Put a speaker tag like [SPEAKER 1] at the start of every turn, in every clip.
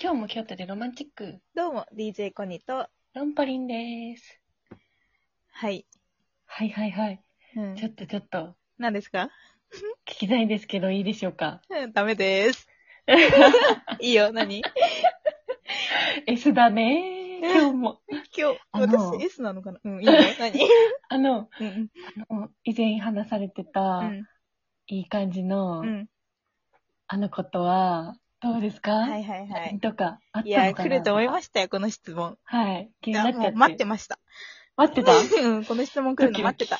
[SPEAKER 1] 今日も京都でロマンチック、
[SPEAKER 2] どうも、DJ コニーと、
[SPEAKER 1] ロンポリンです。
[SPEAKER 2] はい。
[SPEAKER 1] はいはいはい。
[SPEAKER 2] うん
[SPEAKER 1] ちょっとちょっと、
[SPEAKER 2] 何ですか
[SPEAKER 1] 聞きたいですけどいいでしょうか。
[SPEAKER 2] うんダメです。いいよ、何
[SPEAKER 1] S だねー、今日も。
[SPEAKER 2] 今日、
[SPEAKER 1] あの
[SPEAKER 2] 私 S なのかなうん、いいよ、 何
[SPEAKER 1] あの、
[SPEAKER 2] うん
[SPEAKER 1] あの以前話されてた、
[SPEAKER 2] うん。
[SPEAKER 1] いい感じの、
[SPEAKER 2] うん。
[SPEAKER 1] あのことは、どうですか
[SPEAKER 2] はいはいは
[SPEAKER 1] LINE
[SPEAKER 2] い。
[SPEAKER 1] とか、あったのかない
[SPEAKER 2] や、来ると思いま
[SPEAKER 1] し
[SPEAKER 2] したよ、この質問。
[SPEAKER 1] た。はい。気
[SPEAKER 2] い
[SPEAKER 1] にな
[SPEAKER 2] や、
[SPEAKER 1] っちゃっ
[SPEAKER 2] もう
[SPEAKER 1] て。
[SPEAKER 2] 待ってました。
[SPEAKER 1] 待ってた。
[SPEAKER 2] うん、この質問来るの待ってた。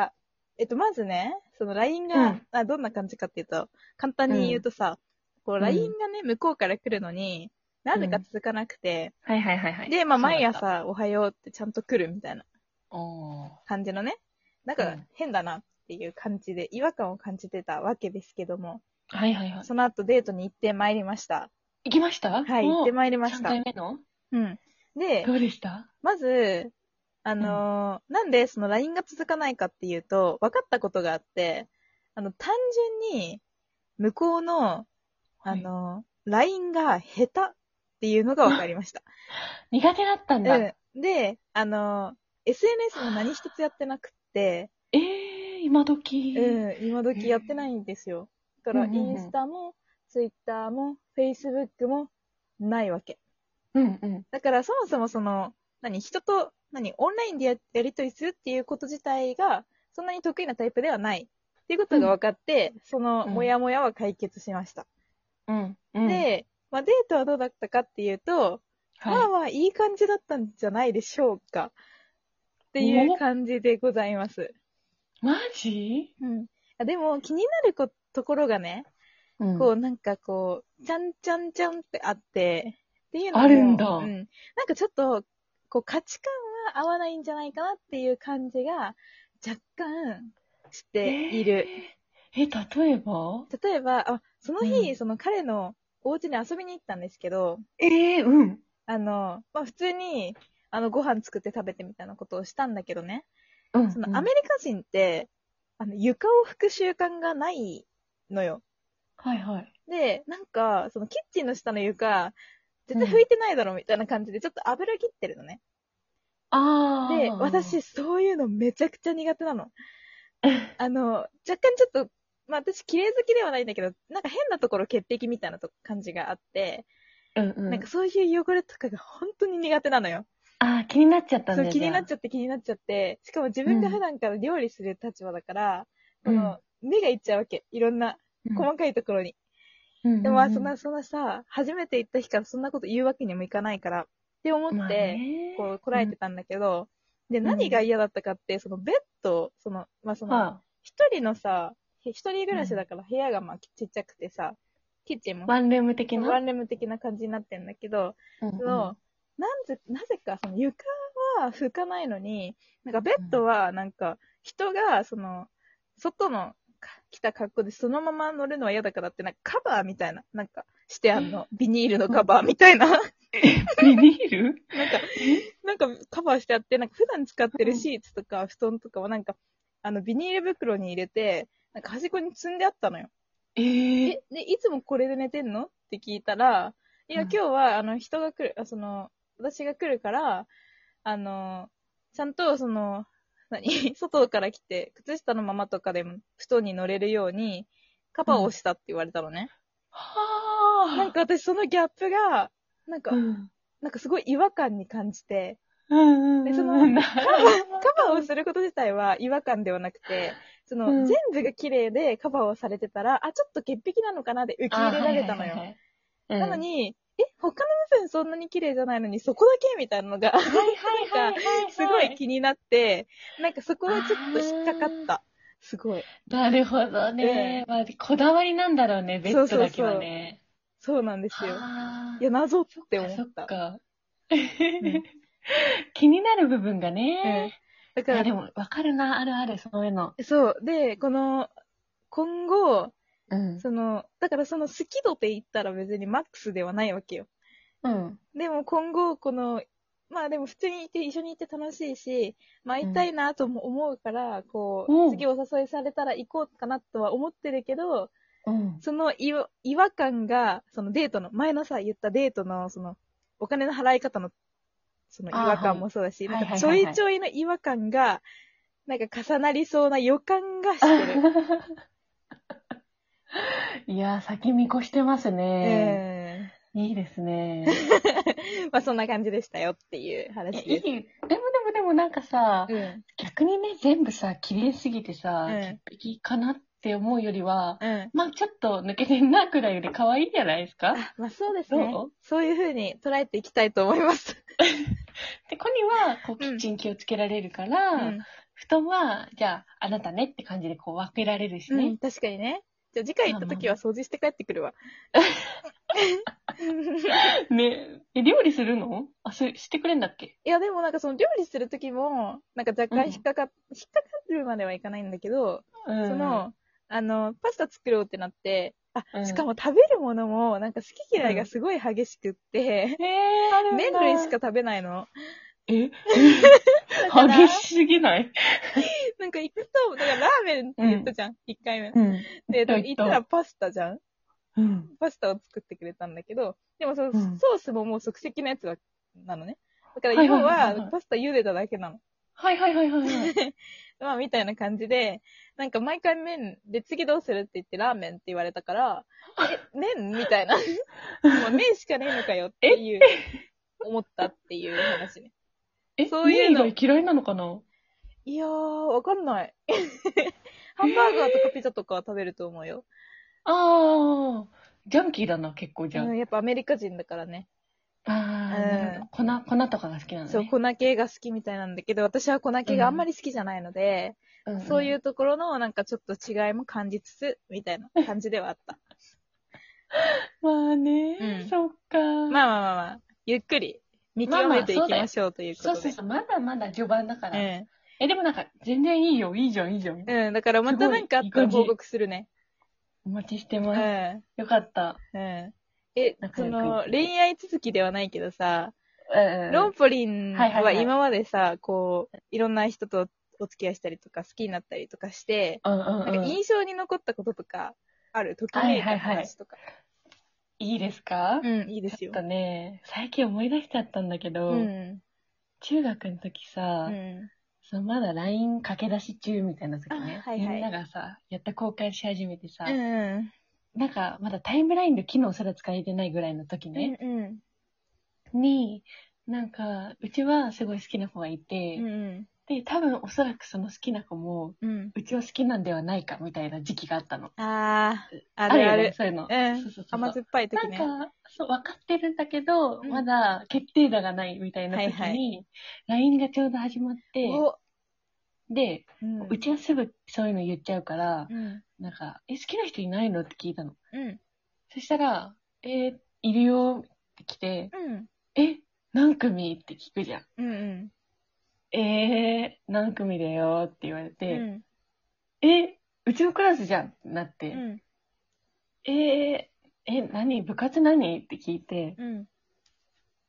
[SPEAKER 2] あ、えっと、まずね、その LINE
[SPEAKER 1] う
[SPEAKER 2] が
[SPEAKER 1] ん、
[SPEAKER 2] あどんな感じかっていうと、簡単に言うとさ、こう、LINE がね、向こうから来るのに、なぜか続かなくて、
[SPEAKER 1] はいはいはいはい
[SPEAKER 2] で、まあ、毎。
[SPEAKER 1] そうだった
[SPEAKER 2] 朝、おはようってちゃんと来るみたいな。
[SPEAKER 1] おー。
[SPEAKER 2] 感じのね、なん
[SPEAKER 1] う
[SPEAKER 2] か
[SPEAKER 1] ん
[SPEAKER 2] 変だなっていう感じで違和感を感じてたわけですけども、
[SPEAKER 1] はいはいはい。
[SPEAKER 2] その後デートに行ってまいりました。
[SPEAKER 1] 行きました
[SPEAKER 2] はい、行ってまいり
[SPEAKER 1] い
[SPEAKER 2] ま
[SPEAKER 1] 3
[SPEAKER 2] した。
[SPEAKER 1] 回目の
[SPEAKER 2] うん。で
[SPEAKER 1] ど、うでした
[SPEAKER 2] まず、あのーなんでその LINE が続かないかっていうと、分かったことがあって、あの、単純に、向こうの、あ
[SPEAKER 1] はい
[SPEAKER 2] のー LINE が下手っていうのが分かりました。
[SPEAKER 1] 苦手だったんだ。え
[SPEAKER 2] うん。で、あのー SNS も何一つやってなくって、
[SPEAKER 1] えー、今時。
[SPEAKER 2] うん、今時やってないんですよ。だから、
[SPEAKER 1] うんうん
[SPEAKER 2] イ
[SPEAKER 1] うん
[SPEAKER 2] ンスタも、ツイッターも、フェイスブックも、ないわけ。
[SPEAKER 1] うんうん。
[SPEAKER 2] だから、そもそもその、何、人と、何、オンラインでややりとりするっていうこと自体が、そんなに得意なタイプではない。っていうことが分かって、その、
[SPEAKER 1] うん
[SPEAKER 2] モヤモヤは解決しました。
[SPEAKER 1] うん。うん、
[SPEAKER 2] で、まあ、デートはどうだったかっていうと、まあ
[SPEAKER 1] は
[SPEAKER 2] まあ、いい感じだったんじゃないでしょうか。ってい
[SPEAKER 1] お
[SPEAKER 2] う感じでございます。
[SPEAKER 1] い。マジ
[SPEAKER 2] うん。あでも、気になることころがね、
[SPEAKER 1] うん
[SPEAKER 2] こう、なんかこう、ちゃんちゃんちゃんってあって、っていうのも
[SPEAKER 1] あるんだ
[SPEAKER 2] うん。なんかちょっと、こう、価値観は合わないんじゃないかなっていう感じが、若干、している。。
[SPEAKER 1] えー、え例えば
[SPEAKER 2] 例えば、あ、その日、
[SPEAKER 1] うん
[SPEAKER 2] その彼のお家に遊びに行ったんですけど、
[SPEAKER 1] ええうん。
[SPEAKER 2] あの、まあ、普通に、あの、ご飯作って食べてみたいなことをしたんだけどね、
[SPEAKER 1] うん。
[SPEAKER 2] そのアメリカ人って、あの、床を拭く習慣がないのよ。
[SPEAKER 1] はいはい。
[SPEAKER 2] で、なんか、そのキッチンの下の床、絶対拭いてないだろみたいな感じで、ちょっと油切ってるのね。
[SPEAKER 1] ああ。
[SPEAKER 2] で、私、そういうのめちゃくちゃ苦手なの。あの、若干ちょっと、まあ私、綺麗好きではないんだけど、なんか変なところ潔癖みたいなと感じがあって、
[SPEAKER 1] うんうん。
[SPEAKER 2] なんかそういう汚れとかが本当に苦手なのよ。
[SPEAKER 1] ああ、気になっちゃったん
[SPEAKER 2] そ
[SPEAKER 1] だ
[SPEAKER 2] う、気になっち
[SPEAKER 1] ゃっ
[SPEAKER 2] ゃって気になっちゃって、しかも自分が普段から料理する立場だから、この、目がいっちゃうわけ。いろんな
[SPEAKER 1] た
[SPEAKER 2] 細かいところに。
[SPEAKER 1] い
[SPEAKER 2] でもまあそんな、そんなさ、初めて行った日からそんなこと言うわけにもいかないから、って思
[SPEAKER 1] ま
[SPEAKER 2] っ
[SPEAKER 1] あ
[SPEAKER 2] て、
[SPEAKER 1] ね
[SPEAKER 2] こう、こらえてたんだけど、で、何が嫌だったかって、そのベッド、その、まあそ
[SPEAKER 1] うん
[SPEAKER 2] の、
[SPEAKER 1] は
[SPEAKER 2] 一人のさ、ひ一人暮らしだから部屋がまあちっちゃくてさ、キッチン
[SPEAKER 1] あ
[SPEAKER 2] も
[SPEAKER 1] ワンルーム的な。
[SPEAKER 2] ワンルーム的な感じになってんだけど、
[SPEAKER 1] うんうん
[SPEAKER 2] その、なんぜ、なぜかその床は拭かないのに、なんかベッドはなんか人がその、外のか来た格好でそのまま乗るのは嫌だからって、なんかカバーみたいな、なんかしてあんの。ビニールのカバーみたいな。 なんか、
[SPEAKER 1] ビニール
[SPEAKER 2] なんかカバーしてあって、なんか普段使ってるシーツとか布団とかはなんか、あのビニール袋に入れて、なんか端っこに積んであったのよ。
[SPEAKER 1] ええ
[SPEAKER 2] え、で、いつもこれで寝てんのって聞いたら、いや、
[SPEAKER 1] うん
[SPEAKER 2] 今日は、あの、人が来る、あその、私が来るから、あの、ちゃんと、その、何、 外から来て、靴下のままとかでも、布団に乗れるように、カバーをしたって言われたのね。
[SPEAKER 1] はあ。
[SPEAKER 2] なんか私、そのギャップが、なんか、
[SPEAKER 1] うん、
[SPEAKER 2] なんかすごい違和感に感じて、
[SPEAKER 1] うんうんうん。
[SPEAKER 2] でその
[SPEAKER 1] うん
[SPEAKER 2] カバーをすること自体は 違和感ではなくて、その、
[SPEAKER 1] うん
[SPEAKER 2] 全部が綺麗でカバーをされてたら、あ、ちょっと潔癖なのかなって受け入れられた
[SPEAKER 1] あ
[SPEAKER 2] のよ。
[SPEAKER 1] ーはいはいはいはいうん
[SPEAKER 2] なのに、え、他の部分そんなに綺麗じゃないのに、そこだけみたいなのが、
[SPEAKER 1] はいはいはいはいはい。
[SPEAKER 2] すごい気になって、なんかそこはちょっと引っかかった。すごい。
[SPEAKER 1] なるほどね。まあ、こだわりなんだろうね、ベッドだけはね。
[SPEAKER 2] そうなんですよ。
[SPEAKER 1] あ
[SPEAKER 2] いや、謎っ
[SPEAKER 1] ー
[SPEAKER 2] て思
[SPEAKER 1] そ
[SPEAKER 2] っ。
[SPEAKER 1] ったか。そっか 気になる部分が
[SPEAKER 2] うん
[SPEAKER 1] ね。
[SPEAKER 2] だ
[SPEAKER 1] い
[SPEAKER 2] か
[SPEAKER 1] や、
[SPEAKER 2] ら、
[SPEAKER 1] でも、わかるな、あるある、そういうの。
[SPEAKER 2] そう。で、この、今後、
[SPEAKER 1] うん。
[SPEAKER 2] その、だからその好き度って言ったら別にマックスではないわけよ。
[SPEAKER 1] うん。
[SPEAKER 2] でも今後、この、まあでも普通にいて、一緒にいて楽しいし、まあ会いたいなとも思うから、こ
[SPEAKER 1] うん
[SPEAKER 2] う、次お誘いされたら行こうかなとは思ってるけど、
[SPEAKER 1] うん。
[SPEAKER 2] その違和違和感が、そのデートの、前のさ、言ったデートの、その、お金の払い方の、その違和
[SPEAKER 1] あーは
[SPEAKER 2] 感
[SPEAKER 1] い
[SPEAKER 2] もそうだし、
[SPEAKER 1] はい
[SPEAKER 2] なんか
[SPEAKER 1] はい
[SPEAKER 2] ち
[SPEAKER 1] は
[SPEAKER 2] ょ
[SPEAKER 1] いはい
[SPEAKER 2] いちょいの違和感が、なんか重なりそうな予感がしてる。
[SPEAKER 1] いやー、先見越してますね。
[SPEAKER 2] え
[SPEAKER 1] いいです ね。
[SPEAKER 2] えまあそんな 感じでしたよっていう話
[SPEAKER 1] いや
[SPEAKER 2] です。
[SPEAKER 1] いい。でもでもでもなんかさ、
[SPEAKER 2] うん。
[SPEAKER 1] 逆にね、全部さ、綺麗すぎてさ、
[SPEAKER 2] うん
[SPEAKER 1] 潔癖かなって思うよりは、
[SPEAKER 2] うん。
[SPEAKER 1] まあちょっと抜けてんなくらいより可愛いじゃないですか。
[SPEAKER 2] あ、まあそうですね
[SPEAKER 1] どう。
[SPEAKER 2] そういうふうに捉えていきたいと思います。
[SPEAKER 1] で、子には、こう、
[SPEAKER 2] う
[SPEAKER 1] キ
[SPEAKER 2] ん
[SPEAKER 1] ッチン気をつけられるから、
[SPEAKER 2] うん。
[SPEAKER 1] 布団は、じゃあ、あなたねって感じでこう分けられるし
[SPEAKER 2] う
[SPEAKER 1] ね
[SPEAKER 2] ん、。確かにね。じゃあ次回行った時は掃除して帰ってくる わ。
[SPEAKER 1] ね、え、料理するのあ、す、してくれんだっけ
[SPEAKER 2] いや、でもなんかその料理するときも、なんか若干引っかか、引っかかるまではいかないんだけど、
[SPEAKER 1] うん。
[SPEAKER 2] その、あの、パスタ作ろうってなって、あ、
[SPEAKER 1] うん
[SPEAKER 2] しかも食べるものも、なんか好き嫌いがすごい激しくって、
[SPEAKER 1] えー、あるんだ
[SPEAKER 2] 麺類しか食べないの。
[SPEAKER 1] え
[SPEAKER 2] から
[SPEAKER 1] 激しすぎない
[SPEAKER 2] なんか行くと、だからラーメンって言ったじゃん、一回目。
[SPEAKER 1] うん。言
[SPEAKER 2] で、
[SPEAKER 1] った
[SPEAKER 2] 行ったらパスタじゃん。
[SPEAKER 1] うん。
[SPEAKER 2] パスタを作ってくれたんだけど、でもそ
[SPEAKER 1] う
[SPEAKER 2] の、
[SPEAKER 1] ん
[SPEAKER 2] ソースももう即席のやつはなのね。だから
[SPEAKER 1] はいは
[SPEAKER 2] 要
[SPEAKER 1] いはいはい
[SPEAKER 2] は、パスタ茹でただけなの。
[SPEAKER 1] はいはいはいはいはい。
[SPEAKER 2] まあ、みたいな感じで、なんか毎回麺で次どうするって言ってラーメンって言われたから、え、麺みたいな。もう麺しかねえのかよっていう、思ったっていう話ね。
[SPEAKER 1] え、
[SPEAKER 2] そういうの
[SPEAKER 1] 麺以外嫌いなのかない
[SPEAKER 2] やー、わかんない。 ハンバーガーとかピザとかは食べると思うよ。
[SPEAKER 1] ああ、ジャンキーだな、結構じゃ。
[SPEAKER 2] うんん、やっぱアメリカ人だからね。
[SPEAKER 1] ああ、なるほど。粉、粉とかが好きなのね。
[SPEAKER 2] そう、粉系が好きみたいなんだけど、私は粉系があんまり好きじゃないので、
[SPEAKER 1] うん
[SPEAKER 2] そういうところのなんかちょっと違いも感じつつ、みたいな感じではあった。
[SPEAKER 1] まあね、
[SPEAKER 2] うん
[SPEAKER 1] そっか。
[SPEAKER 2] まあまあまあまあ、ゆっくり見極めていきましょうというこ
[SPEAKER 1] そ
[SPEAKER 2] とで。
[SPEAKER 1] うそうそう、まだまだ序盤だから。
[SPEAKER 2] うん。
[SPEAKER 1] え、でもなんか、全然いいよ、いいじゃん、いいじゃん。
[SPEAKER 2] うん、だからまたなんかあったら報告するね。
[SPEAKER 1] お待ちして
[SPEAKER 2] う
[SPEAKER 1] ます。
[SPEAKER 2] ん。
[SPEAKER 1] よかった。
[SPEAKER 2] うん。え
[SPEAKER 1] 仲良、く
[SPEAKER 2] その、恋愛続きではないけどさ、
[SPEAKER 1] うん
[SPEAKER 2] ロンポリン
[SPEAKER 1] はいはい
[SPEAKER 2] は
[SPEAKER 1] はい
[SPEAKER 2] 今までさ、こう、いろんな人とお付き合いしたりとか、好きになったりとかして、
[SPEAKER 1] うんうん
[SPEAKER 2] なん
[SPEAKER 1] う
[SPEAKER 2] か
[SPEAKER 1] ん。い
[SPEAKER 2] 印象に残ったこととか、あるとき
[SPEAKER 1] は
[SPEAKER 2] め
[SPEAKER 1] い
[SPEAKER 2] い
[SPEAKER 1] はい
[SPEAKER 2] た
[SPEAKER 1] はい
[SPEAKER 2] 話とか。
[SPEAKER 1] いですか、
[SPEAKER 2] うん、いいで
[SPEAKER 1] ち
[SPEAKER 2] す
[SPEAKER 1] ょ
[SPEAKER 2] よ
[SPEAKER 1] っと。ね、最近思い出しちゃったんだけど、
[SPEAKER 2] うん。
[SPEAKER 1] 中学の時さ、
[SPEAKER 2] うん。
[SPEAKER 1] そのまだ LINE 駆け出し中みたいな時ね、
[SPEAKER 2] あはいはい
[SPEAKER 1] みんながさ、やった交換し始めてさ、
[SPEAKER 2] うん。うん
[SPEAKER 1] なんかまだタイムラインの機能すら使えてないぐらいの時ね、
[SPEAKER 2] うん。
[SPEAKER 1] に、なんか、うちはすごい好きな子がいて、
[SPEAKER 2] うん。
[SPEAKER 1] で、多分おそらくその好きな子も、
[SPEAKER 2] うん。
[SPEAKER 1] うちを好きなんではないかみたいな時期があったの。
[SPEAKER 2] あー、あるあ
[SPEAKER 1] よね
[SPEAKER 2] る。
[SPEAKER 1] そういうの。
[SPEAKER 2] う
[SPEAKER 1] そ
[SPEAKER 2] ん
[SPEAKER 1] うそうそう
[SPEAKER 2] 甘酸っぱい時ね。
[SPEAKER 1] なんか、そう、分かってるんだけど、
[SPEAKER 2] うん
[SPEAKER 1] まだ決定打がないみたいな時に、
[SPEAKER 2] はいは
[SPEAKER 1] LINE がちょうど始まって、
[SPEAKER 2] お、
[SPEAKER 1] で、
[SPEAKER 2] うん
[SPEAKER 1] うちはすぐそういうの言っちゃうから、
[SPEAKER 2] うん。
[SPEAKER 1] なんか、え、好きな人いないのって聞いたの。
[SPEAKER 2] うん。
[SPEAKER 1] そしたら、えーいるよって来て、
[SPEAKER 2] うん。
[SPEAKER 1] え、何組って聞くじゃん。
[SPEAKER 2] うん。うん。
[SPEAKER 1] えー、何組だよって言われ
[SPEAKER 2] う
[SPEAKER 1] て、
[SPEAKER 2] ん。
[SPEAKER 1] え、うちのクラスじゃんってなって、
[SPEAKER 2] うん。
[SPEAKER 1] えー、え、何部活何って聞いて、
[SPEAKER 2] うん。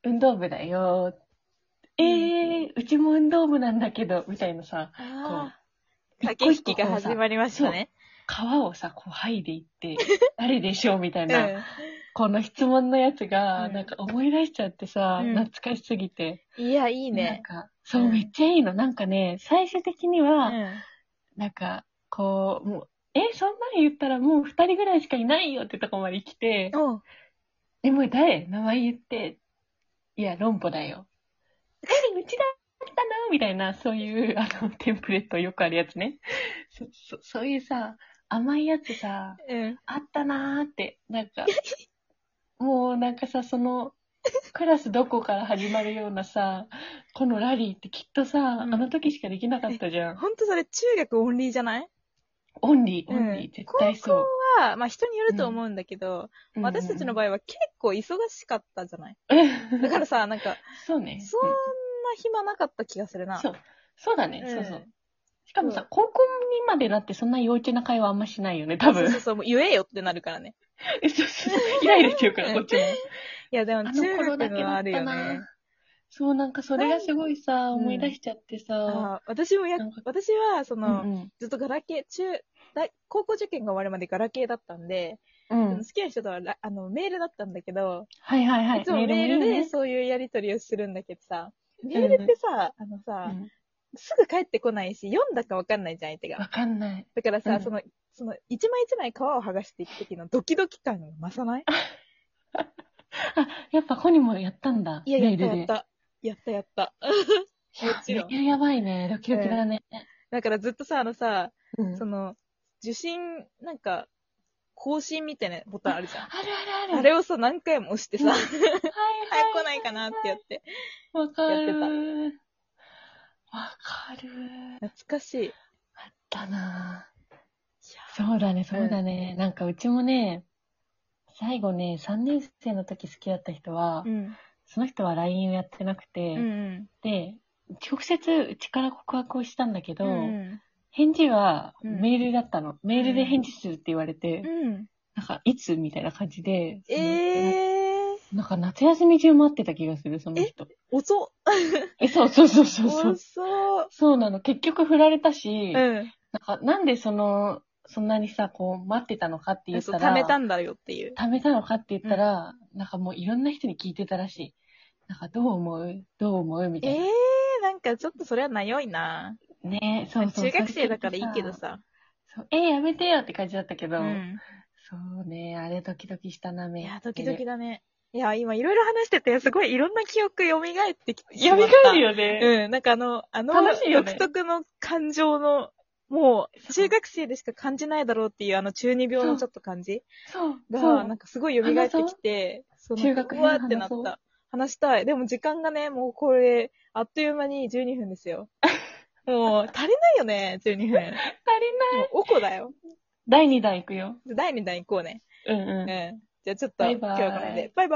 [SPEAKER 1] 運動部だよえー、うちも運動部なんだけど、みたいなさ、
[SPEAKER 2] あ
[SPEAKER 1] こ
[SPEAKER 2] あ。
[SPEAKER 1] う
[SPEAKER 2] 駆け引きが始まりましたね。
[SPEAKER 1] 皮をさ、こう剥いでい って、誰でしょうみたいうな、
[SPEAKER 2] ん。
[SPEAKER 1] この質問のやつが、
[SPEAKER 2] うん
[SPEAKER 1] なんか思い出しちゃってさ、
[SPEAKER 2] うん
[SPEAKER 1] 懐かしすぎて。
[SPEAKER 2] いや、いい
[SPEAKER 1] なん
[SPEAKER 2] ね。
[SPEAKER 1] か、そう、
[SPEAKER 2] うん
[SPEAKER 1] めっちゃいいの。なんかね、最終的に
[SPEAKER 2] う
[SPEAKER 1] は、
[SPEAKER 2] ん。
[SPEAKER 1] なんか、こう、もう、え、そんなん言ったらもう二人ぐらいしかいないよってとこまで来て、
[SPEAKER 2] おう
[SPEAKER 1] え、もう誰名前言って。いや、論破だよ。何うちだったのみたいな、そういう、あの、テンプレートよくあるやつね。そ、そ、そういうさ、甘いやつさ、
[SPEAKER 2] うん。
[SPEAKER 1] あったなーって、なんか、もうなんかさ、その、クラスどこから始まるようなさ、このラリーってきっとさ、
[SPEAKER 2] ん
[SPEAKER 1] あの時しかできなかったじゃん。
[SPEAKER 2] ほんとそれ、中学オンリーじゃない
[SPEAKER 1] オンリー、
[SPEAKER 2] う
[SPEAKER 1] オ
[SPEAKER 2] ん
[SPEAKER 1] ンリー、絶対そう。
[SPEAKER 2] は、まあ人によると思うんだけど、
[SPEAKER 1] うん
[SPEAKER 2] 私たちの場合は結構忙しかったじゃないだからさ、なんか、
[SPEAKER 1] そうね。
[SPEAKER 2] そんな暇なかった気がする
[SPEAKER 1] うん
[SPEAKER 2] な。
[SPEAKER 1] そう。そうだね、
[SPEAKER 2] うん
[SPEAKER 1] そうそう。しかも
[SPEAKER 2] そ
[SPEAKER 1] さ
[SPEAKER 2] う、
[SPEAKER 1] 高校にまでなってそんな幼稚な会話あんましないよね、多分。
[SPEAKER 2] そうそうそう、もう言えよってなるからね。
[SPEAKER 1] えそうそう イライラしちゃうから、こっちも。
[SPEAKER 2] いや、でも
[SPEAKER 1] あ
[SPEAKER 2] 中
[SPEAKER 1] の頃だけ
[SPEAKER 2] 学の
[SPEAKER 1] だ
[SPEAKER 2] あ
[SPEAKER 1] っ
[SPEAKER 2] る
[SPEAKER 1] た
[SPEAKER 2] よね
[SPEAKER 1] な。。そう、なんかそれがすごいさ、
[SPEAKER 2] うん
[SPEAKER 1] 思い出しちゃってさ。
[SPEAKER 2] あー私もや
[SPEAKER 1] なんか、
[SPEAKER 2] 私は、その、
[SPEAKER 1] うんうん
[SPEAKER 2] ずっとガラケー、中、大高校受験が終わるまでガラケーだったんで、
[SPEAKER 1] う
[SPEAKER 2] 好
[SPEAKER 1] ん。
[SPEAKER 2] きな人とはラあのメールだったんだけど、
[SPEAKER 1] はいはいはいい。
[SPEAKER 2] つもメール
[SPEAKER 1] ね
[SPEAKER 2] でそういうやり取りをするんだけどさ、メールってさ、あの
[SPEAKER 1] う
[SPEAKER 2] さ、
[SPEAKER 1] ん
[SPEAKER 2] すぐ帰ってこないし、読んだかわかんないじゃん、相手
[SPEAKER 1] わ
[SPEAKER 2] が。
[SPEAKER 1] かんない。
[SPEAKER 2] だからさ、
[SPEAKER 1] うん
[SPEAKER 2] その、その、一枚一枚皮を剥がしていく時のドキドキ感が増さない
[SPEAKER 1] あ、やっぱ本人もやったんだ。
[SPEAKER 2] いや、やった
[SPEAKER 1] メー
[SPEAKER 2] やっ
[SPEAKER 1] ルで。
[SPEAKER 2] た。やったやった。 もちろん
[SPEAKER 1] いや、やばいね。ドキドキだね。
[SPEAKER 2] だからずっとさ、あのさ、
[SPEAKER 1] うん
[SPEAKER 2] その、受信、なんか、更新みたいなボタンあるじゃん。
[SPEAKER 1] あるあるある。
[SPEAKER 2] あれをさ、何回も押してさ、
[SPEAKER 1] うん
[SPEAKER 2] 早く
[SPEAKER 1] はいはい。
[SPEAKER 2] 来ないかなってやって。
[SPEAKER 1] わか
[SPEAKER 2] やってた
[SPEAKER 1] る。わかる。
[SPEAKER 2] 懐かしい。
[SPEAKER 1] あったなぁそうだね、そうだね。なんかうちもね、最後ね、3年生の時好きだった人は、
[SPEAKER 2] うん。
[SPEAKER 1] その人は LINE をやってなくて、
[SPEAKER 2] うん
[SPEAKER 1] で、直接うちから告白をしたんだけ
[SPEAKER 2] う
[SPEAKER 1] ど、
[SPEAKER 2] ん。うん。
[SPEAKER 1] 返事は
[SPEAKER 2] うん
[SPEAKER 1] メールだったの。メールで返事するって言われて、
[SPEAKER 2] うん。
[SPEAKER 1] なんかいつみたいな感じで、
[SPEAKER 2] えー、
[SPEAKER 1] なんか夏休み中待ってた気がする、その人。
[SPEAKER 2] 遅っ。
[SPEAKER 1] えそうそうそうそうそう。
[SPEAKER 2] 遅っ。
[SPEAKER 1] そうなの。結局振られたし、
[SPEAKER 2] うん。
[SPEAKER 1] なんかなんでその、そんなにさ、こう、待ってたのかって言った
[SPEAKER 2] そう
[SPEAKER 1] ら、
[SPEAKER 2] 貯めたんだよっていう。
[SPEAKER 1] 貯めたのかって言ったら、なんかもういろんな人に聞いてたらしい。なんかどう思うどう思うみた
[SPEAKER 2] え
[SPEAKER 1] い
[SPEAKER 2] え
[SPEAKER 1] な。
[SPEAKER 2] ー、なんかちょっとそれはなよいな。
[SPEAKER 1] ねそうそう。
[SPEAKER 2] 中学生だからいいけどさ。
[SPEAKER 1] そう。えやめてよって感じだったけど、
[SPEAKER 2] うん。
[SPEAKER 1] そうね、あれドキドキしたな、め
[SPEAKER 2] いや、ドキドキだね。いや、今いろいろ話してて、すごいいろんな記憶蘇ってきてし
[SPEAKER 1] や
[SPEAKER 2] ま
[SPEAKER 1] め
[SPEAKER 2] った。
[SPEAKER 1] かえるよね。
[SPEAKER 2] うん、なんかあの、あの、
[SPEAKER 1] 楽しいよね
[SPEAKER 2] 独特の感情の、もう、
[SPEAKER 1] そう
[SPEAKER 2] 中学生でしか感じないだろうっていう、あの中二病のちょっと感じ
[SPEAKER 1] そう。そ
[SPEAKER 2] が、
[SPEAKER 1] う
[SPEAKER 2] なん。かすごい蘇ってきて、
[SPEAKER 1] そ
[SPEAKER 2] そ
[SPEAKER 1] う
[SPEAKER 2] の
[SPEAKER 1] 中学
[SPEAKER 2] う
[SPEAKER 1] 編
[SPEAKER 2] わーってな
[SPEAKER 1] 話
[SPEAKER 2] っ
[SPEAKER 1] そ
[SPEAKER 2] た。話したい。でも時間がね、もうこれ、あっという間に12分ですよ。 もう、足りないよね、12
[SPEAKER 1] 足り
[SPEAKER 2] 分。
[SPEAKER 1] ない。
[SPEAKER 2] もう、おこだよ。
[SPEAKER 1] 第2弾いくよ。
[SPEAKER 2] 第2弾行こうね。
[SPEAKER 1] うんうん
[SPEAKER 2] う。ん。じゃあちょっと、
[SPEAKER 1] バイ
[SPEAKER 2] 今
[SPEAKER 1] バイ
[SPEAKER 2] 日はこの辺で。バイバイ。